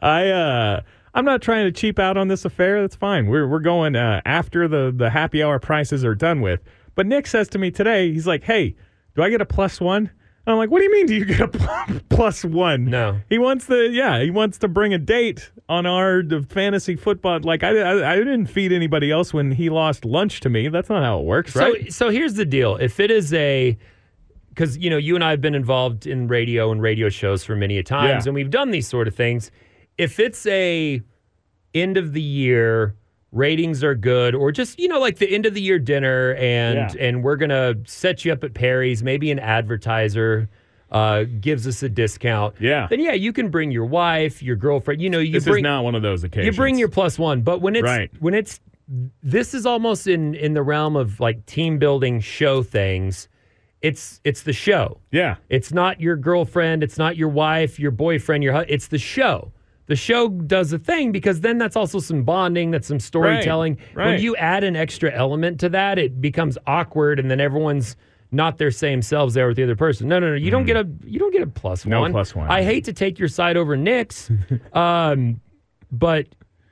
S4: I uh, I'm not trying to cheap out on this affair. That's fine. We're we're going uh, after the the happy hour prices are done with. But Nick says to me today, he's like, "Hey, do I get a plus one?" And I'm like, "What do you mean? Do you get a pl- plus one?"
S1: No.
S4: He wants the yeah. He wants to bring a date on our the fantasy football. Like I, I I didn't feed anybody else when he lost lunch to me. That's not how it works, right?
S1: So so here's the deal. If it is a because you know you and I have been involved in radio and radio shows for many a times,
S4: Yeah.
S1: and we've done these sort of things. If it's a end of the year ratings are good, or just you know like the end of the year dinner, and
S4: Yeah.
S1: and we're gonna set you up at Perry's, maybe an advertiser. Uh, gives us a discount.
S4: Yeah.
S1: Then yeah, you can bring your wife, your girlfriend. You know, you
S4: this
S1: bring
S4: is not one of those occasions.
S1: you bring your plus one, but when it's
S4: Right.
S1: when it's this is almost in in the realm of like team building show things. It's it's the show.
S4: yeah.
S1: It's not your girlfriend. It's not your wife, your boyfriend, your hu- it's the show. The show does a thing because then that's also some bonding, that's some storytelling. When
S4: right.
S1: you add an extra element to that, it becomes awkward, and then everyone's not their same selves there with the other person. No, no, no. You don't get a you don't get a plus
S4: Mm. No
S1: one.
S4: plus one.
S1: I hate to take your side over Nick's, um, but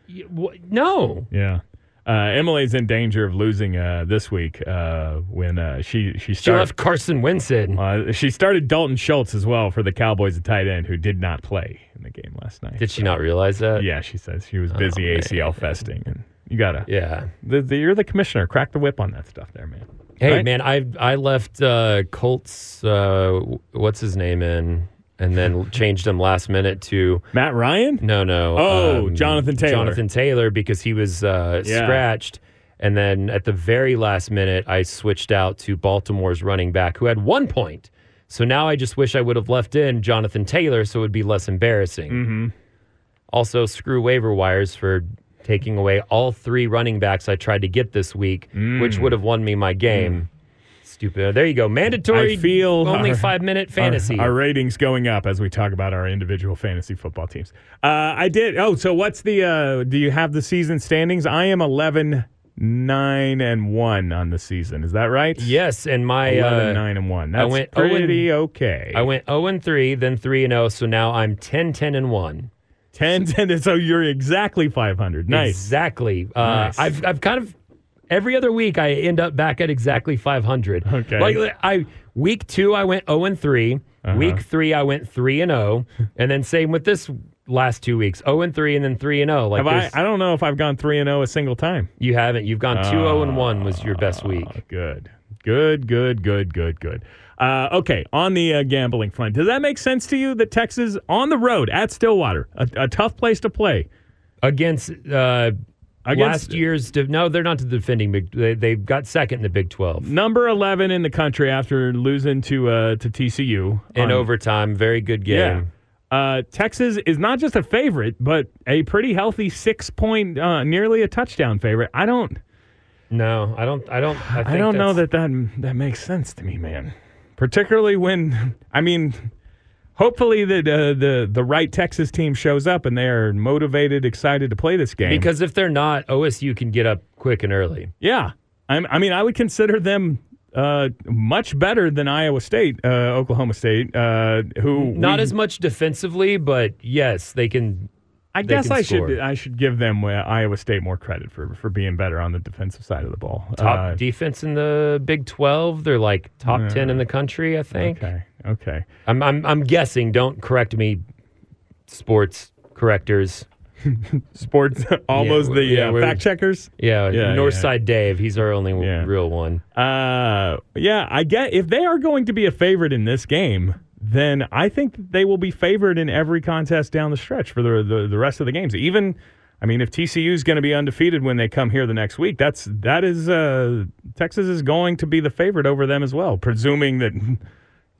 S1: y- wh- no.
S4: Yeah. Uh, Emily's in danger of losing uh, this week uh, when uh, she she
S1: She
S4: started
S1: left Carson Winston.
S4: uh, she started Dalton Schultz as well for the Cowboys at tight end who did not play in the game last night.
S1: Did she not realize that?
S4: yeah, she says she was busy ACL festing, and you gotta.
S1: Yeah.
S4: The, the, you're the commissioner. Crack the whip on that stuff, there, man.
S1: Hey
S4: Right?
S1: man, I I left uh, Colts. Uh, w- what's his name in, and then changed him last minute to
S4: Matt Ryan.
S1: no no. um,
S4: Oh, Jonathan Taylor.
S1: Jonathan Taylor because he was uh,
S4: Yeah.
S1: scratched, and then at the very last minute, I switched out to Baltimore's running back who had one point. So now I just wish I would have left in Jonathan Taylor so it would be less embarrassing.
S4: Mm-hmm.
S1: Also, screw waiver wires for taking away all three running backs I tried to get this week,
S4: Mm.
S1: which would have won me my game. Stupid. There you go. Mandatory
S4: I feel
S1: only
S4: our-
S1: five minute fantasy.
S4: Our, our ratings going up as we talk about our individual fantasy football teams. Uh, I did. Oh, so what's the? Uh, do you have the season standings? I am 11, 9, and one on the season. Is that right?
S1: yes, and my
S4: 11,
S1: uh,
S4: 9, and one.
S1: I
S4: That's
S1: went oh and-
S4: pretty okay.
S1: I went 0 and 3, then 3 and 0, so now I'm 10 10 and 1.
S4: 10, 10, and so you're exactly 500. Nice.
S1: Exactly. Uh,
S4: Nice.
S1: I've I've kind of every other week I end up back at exactly 500.
S4: Okay. Uh-huh.
S1: Like li- I week 2 I went 0 and 3, week 3 I went 3 and 0, and then same with this last two weeks 0 and 3 and then 3 and 0. Like
S4: Have I?
S1: there's-
S4: I don't know if I've gone three and zero a single time.
S1: you haven't. You've gone 2 0 and 1 was your
S4: Oh.
S1: best week.
S4: Good, good, good, good, good, good. Uh, okay, on the uh, gambling front, does that make sense to you? That Texas on the road at Stillwater, a, a tough place to play.
S1: Against uh
S4: Against-
S1: last year's div- no, they're not the defending big they, they got second in the Big 12.
S4: Number eleven in the country after losing to uh, to TCU
S1: In
S4: on-
S1: overtime, very good game.
S4: Yeah. Uh, Texas is not just a favorite, but a pretty healthy six point, uh, nearly a touchdown favorite. I don't,
S1: No, I don't. I don't. I, think
S4: I don't know
S1: that's-
S4: that, that that makes sense to me, man. Particularly when I mean, hopefully that uh, the the right Texas team shows up and they are motivated, excited to play this game.
S1: Because if they're not, OSU can get up quick and early.
S4: yeah, I'm, I mean, I would consider them uh, much better than Iowa State, uh, Oklahoma State, uh, who
S1: Not
S4: we-
S1: as much defensively, but yes, they can.
S4: I
S1: they
S4: guess
S1: can
S4: I should
S1: score.
S4: I should give them uh, Iowa State more credit for for being better on the defensive side of the ball.
S1: Top
S4: Uh,
S1: defense in the Big Twelve. They're like top ten in the country. I think.
S4: okay, okay.
S1: I'm, I'm. I'm guessing. Don't correct me, sports correctors.
S4: Sports, almost
S1: we're-
S4: the
S1: yeah,
S4: uh,
S1: we're-
S4: fact checkers.
S1: Yeah,
S4: Yeah,
S1: Northside Dave. He's our only w-
S4: Yeah.
S1: real one.
S4: Uh, yeah, I get if they are going to be a favorite in this game, then I think that they will be favored in every contest down the stretch for the the, the rest of the games. Even, I mean, if TCU is going to be undefeated when they come here the next week, that's that is uh, Texas is going to be the favorite over them as well, presuming that.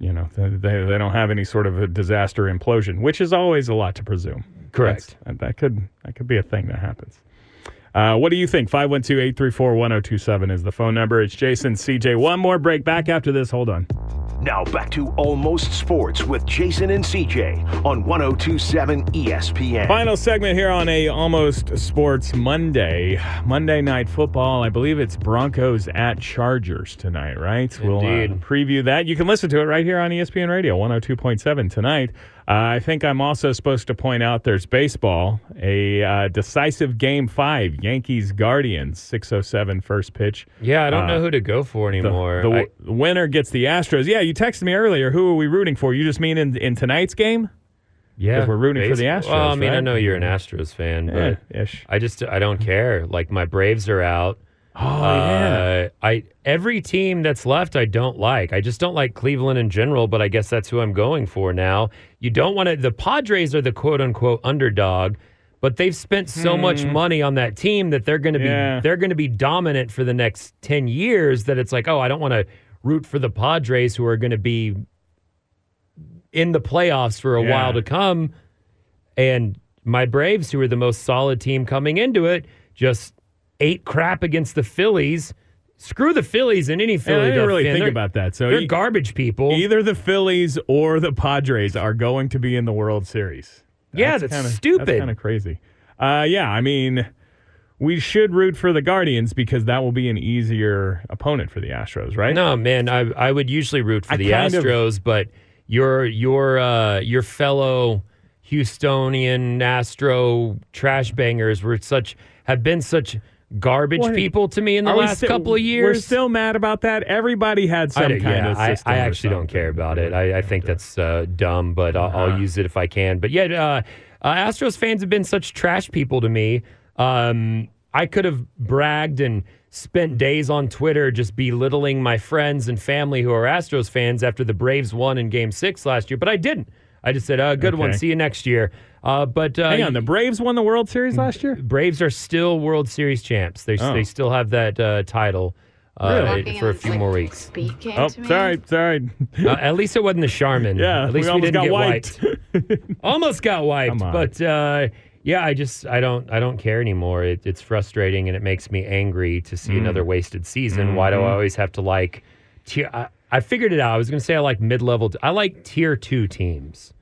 S4: You know, they, they they don't have any sort of a disaster implosion, which is always a lot to presume.
S1: Correct.
S4: That's- that could that could be a thing that happens. Uh, what do you think? 512 834 1027 is the phone number. It's Jason, CJ. One more break back after this. Hold on.
S3: Now back to Almost Sports with Jason and CJ on 1027 ESPN.
S4: Final segment here on a Almost Sports Monday. Monday Night Football. I believe it's Broncos at Chargers tonight, right? We'll uh,
S1: Indeed.
S4: preview that. You can listen to it right here on E ESPN Radio 102.7 tonight. Uh, I think I'm also supposed to point out there's baseball, a uh, decisive game five, Yankees Guardians, 607 first pitch.
S1: Yeah, I don't
S4: Uh,
S1: know who to go for anymore.
S4: The
S1: I-
S4: the winner gets the Astros. Yeah, you texted me earlier. Who are we rooting for? You just mean in, in tonight's game?
S1: yeah,
S4: we're rooting for the
S1: baseball- Well, I
S4: Astros,
S1: mean, I
S4: right?
S1: know you're an Astros fan, but
S4: Eh, ish.
S1: I just I don't care. Like my Braves are out.
S4: Oh yeah.
S1: Uh, I every team that's left I don't like. I just don't like Cleveland in general, but I guess that's who I'm going for now. You don't want to the Padres are the quote unquote underdog, but they've spent so much money on that team that they're going to
S4: Hmm. Yeah.
S1: be they're going to be dominant for the next 10 years that it's like, "Oh, I don't want to root for the Padres who are going to be in the playoffs for a
S4: Yeah.
S1: while to come." And my Braves, who were the most solid team coming into it, just ate crap against the Phillies. Screw the Phillies and any
S4: And
S1: Philly.
S4: I didn't really
S1: fan.
S4: think
S1: They're-
S4: about that. So
S1: They're
S4: e-
S1: garbage people.
S4: either the Phillies or the Padres are going to be in the World Series.
S1: Yeah, that's
S4: kinda,
S1: stupid.
S4: That's kind of crazy. Uh, yeah, I mean, we should root for the Guardians because that will be an easier opponent for the Astros, right?
S1: no, man, I I would usually root for
S4: I
S1: the
S4: kind of-
S1: Astros, but your your uh, your fellow Houstonian Astro trash bangers were such have been such garbage
S4: What?
S1: people to me in the
S4: Are we
S1: last
S4: sti-
S1: couple of years.
S4: We're still mad about that. Everybody had some
S1: I,
S4: kind
S1: don't- yeah,
S4: of
S1: I-
S4: system.
S1: I,
S4: or
S1: actually don't care
S4: something.
S1: about it. I, I think that's uh, dumb, but I'll,
S4: Uh-huh.
S1: I'll use it if I can. But yeah, uh, uh, Astros fans have been such trash people to me. Um, I could have bragged and spent days on Twitter just belittling my friends and family who are Astros fans after the Braves won in Game Six last year, but I didn't. I just said, uh, "Good one,
S4: Okay.
S1: see you next year." Uh, but uh,
S4: Hang on, the Braves won the World Series last year.
S1: Braves are still World Series champs. They
S4: Oh.
S1: they still have that uh, title. uh,
S6: Walking
S1: for a
S6: and
S1: few
S6: it's
S1: more
S6: like,
S1: weeks.
S6: Speed came
S4: Oh,
S6: to me.
S4: sorry, sorry.
S1: Uh, at least it wasn't a Charmin.
S4: Yeah,
S1: at least we,
S4: we almost
S1: didn't
S4: got
S1: get
S4: wiped.
S1: wiped. almost got wiped,
S4: Come on.
S1: but uh, yeah, I just I don't I don't care anymore. It, it's frustrating and it makes me angry to
S4: Mm.
S1: see another wasted season. Why
S4: Mm-hmm.
S1: do I always have to like tier? I, I figured it out. I was going to say I like mid level. I like tier two teams.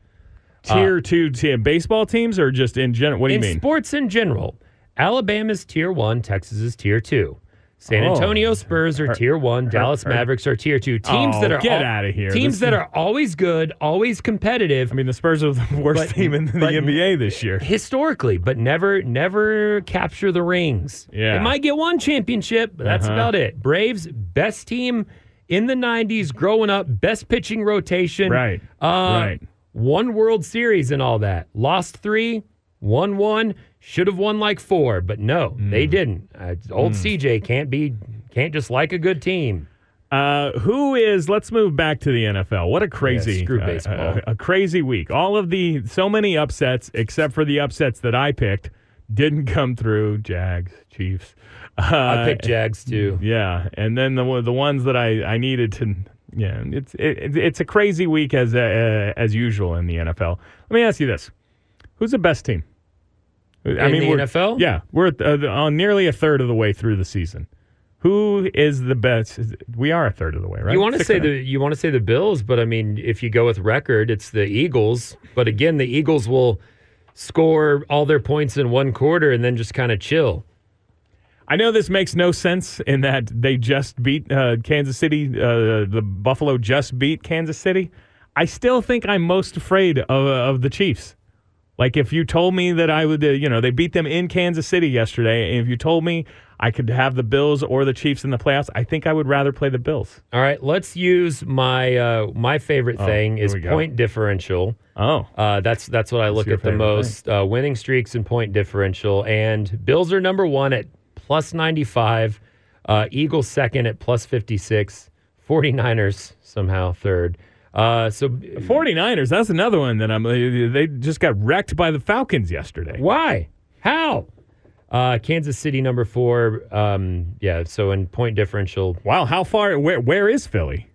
S4: Tier two team, baseball teams, or just in general? What do you
S1: Uh, in
S4: mean?
S1: sports in general, Alabama's tier one, Texas is tier two. San
S4: Oh.
S1: Antonio Spurs are tier one. Dallas Mavericks are tier two. Teams
S4: Oh,
S1: that are
S4: get
S1: al-
S4: outta here.
S1: Teams
S4: This-
S1: that are always good, always competitive.
S4: I mean, the Spurs are the
S1: But-
S4: worst team in the
S1: but-
S4: NBA this year.
S1: historically, but never never capture the rings.
S4: Yeah.
S1: They might get one championship, but that's
S4: Uh-huh.
S1: about it. Braves, best team in the nineties growing up, best pitching rotation.
S4: Right.
S1: Uh
S4: Right.
S1: one World Series and all that. Lost three, won one, should have won like four, but no, they
S4: Mm.
S1: didn't. Uh, old CJ can't be can't just like a good team.
S4: Uh, who is? Let's move back to the NFL. What a crazy,
S1: screw
S4: uh,
S1: baseball.
S4: uh, a crazy week. All of the so many upsets, except for the upsets that I picked, didn't come through. Jags, Chiefs. Uh,
S1: I picked Jags too.
S4: Yeah, and then the one- the ones that I, I needed to yeah, it's it, it's a crazy week as uh, as usual in the NFL. Let me ask you this: Who's the best team? I
S1: In the
S4: we're-
S1: NFL?
S4: Yeah, we're at, uh, on nearly a third of the way through the season. Who is the best? We are a third of the way, right?
S1: You want to
S4: Six
S1: say
S4: and a-
S1: the you want to say the Bills, but I mean, if you go with record, it's the Eagles. But again, the Eagles will score all their points in one quarter and then just kind of chill.
S4: I know this makes no sense in that they just beat uh, Kansas City. Uh, the Buffalo just beat Kansas City. I still think I'm most afraid of, uh, of the Chiefs. Like if you told me that I would, uh, you know, they beat them in Kansas City yesterday, and if you told me I could have the Bills or the Chiefs in the playoffs, I think I would rather play the Bills.
S1: All right, let's use my uh, my favorite thing
S4: Oh, here
S1: is
S4: we go.
S1: point differential.
S4: Oh,
S1: Uh, that's that's what I look
S4: your
S1: at the
S4: favorite
S1: most: uh, winning streaks and point differential. And Bills are number one at plus ninety five, uh, Eagles second at plus fifty six, 49ers somehow third. Uh, so
S4: 49ers, that's another one that I'm. uh, They just got wrecked by the Falcons yesterday.
S1: Why? How? Uh, Kansas City number four. Um, yeah, so in point differential,
S4: Wow, how far? Where where is Philly?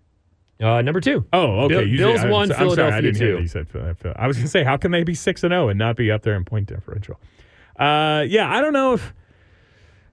S1: uh, number two.
S4: Oh, okay.
S1: Bill-
S4: You
S1: Bills
S4: I'm
S1: won,
S4: so- I'm sorry, I
S1: Philadelphia
S4: didn't hear
S1: two.
S4: that you said Philadelphia. I was going to say, how can they be six and zero and not be up there in point differential? Uh, yeah, I don't know if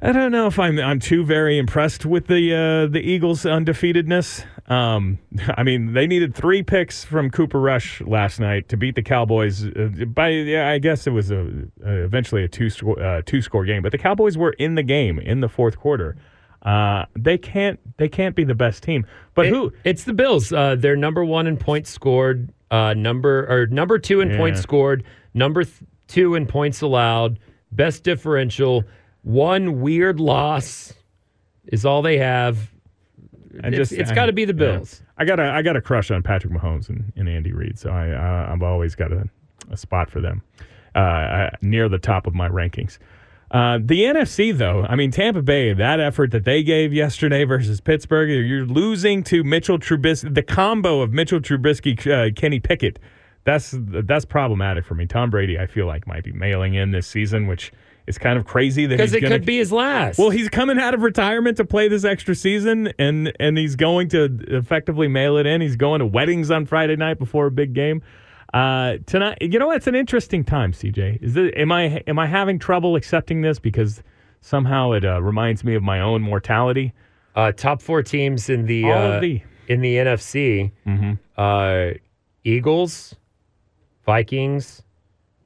S4: I don't know if I'm I'm too very impressed with the uh, the Eagles' undefeatedness. Um, I mean, they needed three picks from Cooper Rush last night to beat the Cowboys. Uh, by yeah, I guess it was a, uh eventually a two score uh, two score game, but the Cowboys were in the game in the fourth quarter. Uh, they can't they can't be the best team. But
S1: It-
S4: who?
S1: It's the Bills. Uh, they're number one in points scored. Uh, number or number two in points
S4: Yeah.
S1: scored. Number th- two in points allowed. Best differential. One weird loss is all they have.
S4: I
S1: It's-
S4: just,
S1: it's
S4: I-
S1: gotta be the
S4: yeah.
S1: Bills.
S4: I got a I got a crush on Patrick Mahomes and, and Andy Reid, so I, I I've always got a, a spot for them uh, uh, near the top of my rankings. Uh, the NFC though, I mean Tampa Bay, that effort that they gave yesterday versus Pittsburgh, you're losing to Mitchell Trubisky. The combo of Mitchell Trubisky, uh, Kenny Pickett, that's that's problematic for me. Tom Brady, I feel like might be mailing in this season, which is kind of crazy that
S1: Because
S4: he's
S1: it
S4: gonna-
S1: could be his last.
S4: well, he's coming out of retirement to play this extra season, and and he's going to effectively mail it in. He's going to weddings on Friday night before a big game uh, tonight. You know, it's an interesting time, CJ. Is it, am I am I having trouble accepting this because somehow it uh, reminds me of my own mortality?
S1: Uh, top four teams in the,
S4: All of
S1: uh,
S4: the- Mm-hmm.
S1: in the NFC: uh, Eagles, Vikings,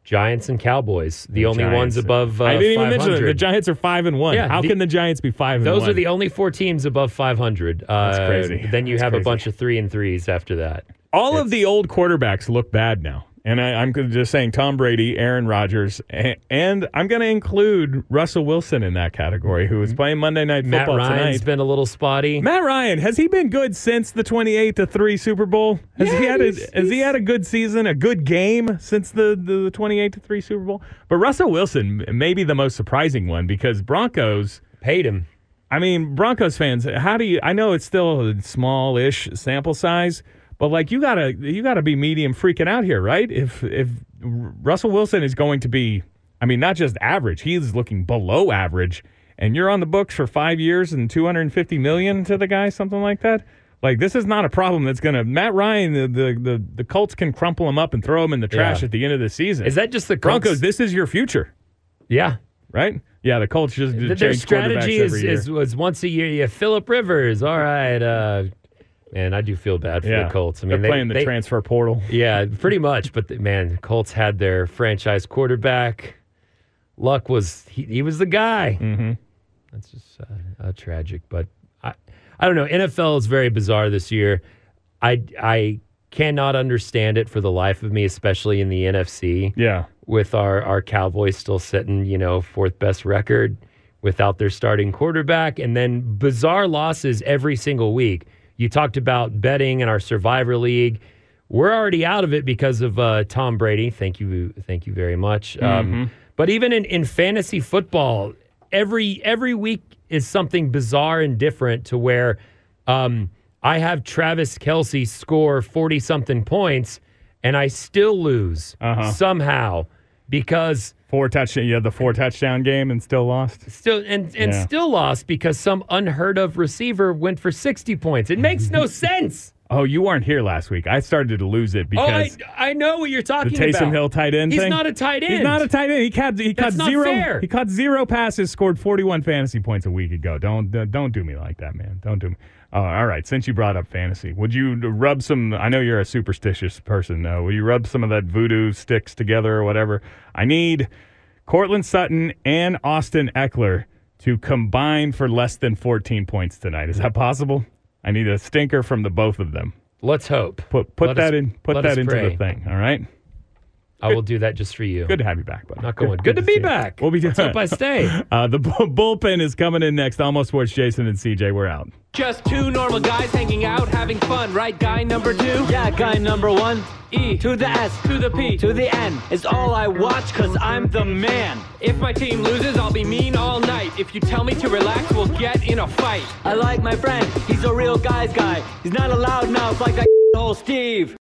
S1: Giants, and Cowboys. The, only ones
S4: Giants.
S1: above. Uh,
S4: I didn't even mention it. The
S1: 500.
S4: Giants are five and one.
S1: Yeah,
S4: How
S1: the-
S4: can the Giants be five and
S1: Those
S4: one?
S1: are the only four teams above 500. Uh,
S4: That's crazy.
S1: Then you
S4: That's
S1: have
S4: crazy.
S1: a bunch of three and threes after that.
S4: All of the old quarterbacks look bad now. And I, I'm just saying Tom Brady, Aaron Rodgers, and, and I'm going to include Russell Wilson in that category, who is playing Monday Night
S1: Mm-hmm. Matt
S4: Football
S1: Ryan's
S4: tonight.
S1: been a little spotty.
S4: Matt Ryan has he been good since the 28 to three Super Bowl? Has he had a, has he had a good season, a good game since the, the, the 28 to three Super Bowl? But Russell Wilson may be the most surprising one because Broncos.
S1: Paid him.
S4: I mean, Broncos fans, how do you? I know it's still a small-ish sample size, but like you gotta you gotta be medium freaking out here, right? If if Russell Wilson is going to be, I mean, not just average, he's looking below average, and you're on the books for five years and 250 million to the guy, something like that. Like this is not a problem that's gonna Matt Ryan. The the the, the Colts can crumple him up and throw him in the trash
S1: Yeah.
S4: at the end of the season.
S1: Is that just the Colts?
S4: Broncos? This is your future,
S1: Yeah.
S4: right? Yeah, the Colts just
S1: Th-
S4: change
S1: Their
S4: quarterbacks
S1: strategy is,
S4: every year.
S1: is was once a year. Yeah, Philip Rivers. All right, uh, man, I do feel bad for
S4: yeah,
S1: the Colts. I
S4: they're
S1: mean,
S4: playing the
S1: they,
S4: transfer portal.
S1: Yeah, pretty much. But the, man, the Colts had their franchise quarterback. Luck was he, he was the guy. Mm-hmm. That's just uh, uh, tragic. But I I don't know. NFL is very bizarre this year. I I cannot understand it for the life of me, especially in the NFC
S4: Yeah,
S1: with our our Cowboys still sitting, you know, fourth best record without their starting quarterback, and then bizarre losses every single week. You talked about betting and our Survivor League. We're already out of it because of uh, Tom Brady. Thank you, thank you very much. Um, but even in, in fantasy football, every every week is something bizarre and different to where um, I have Travis Kelsey score forty something points, and I still lose
S4: Uh-huh.
S1: somehow because
S4: four touchdown. You had the four touchdown game and still lost.
S1: still and and
S4: Yeah.
S1: still lost because some unheard of receiver went for 60 points. It makes no sense.
S4: Oh, you weren't here last week. I started to lose it
S1: Oh, I,
S4: because
S1: I know what you're talking
S4: the Taysom
S1: about.
S4: Hill tight end.
S1: He's
S4: thing?
S1: not a tight end.
S4: He's not a tight end. He caught he caught
S1: That's not
S4: zero.
S1: fair.
S4: He caught zero passes. Scored forty one fantasy points a week ago. Don't don't- don't do me like that, man. Don't do me. Uh, all right. Since you brought up fantasy, would you rub some? I know you're a superstitious person. Uh, will you rub some of that voodoo sticks together or whatever? I need Cortland Sutton and Austin Eckler to combine for less than fourteen points tonight. Is that possible? I need a stinker from the both of them.
S1: Let's hope.
S4: Put put
S1: Let us-
S4: that in. Put
S1: let us
S4: that into
S1: pray.
S4: the thing. All right.
S1: I will do that just for you.
S4: Good to have you back, buddy.
S1: Not going. Good, to be
S4: see you.
S1: back.
S4: We'll be
S1: Let's hope I stay.
S4: Uh, the bu- bullpen is coming in next. Almost Sports Jason and CJ, we're out.
S6: Just two normal guys hanging out, having fun, right? Guy number two?
S2: Yeah, guy number one.
S6: E
S2: To the S,
S6: to the P.
S2: to the N. It's all I watch because I'm the man.
S6: If my team loses, I'll be mean all night. If you tell me to relax, we'll get in a fight.
S2: I like my friend. He's a real guy's guy. He's not a loudmouth like that old Steve.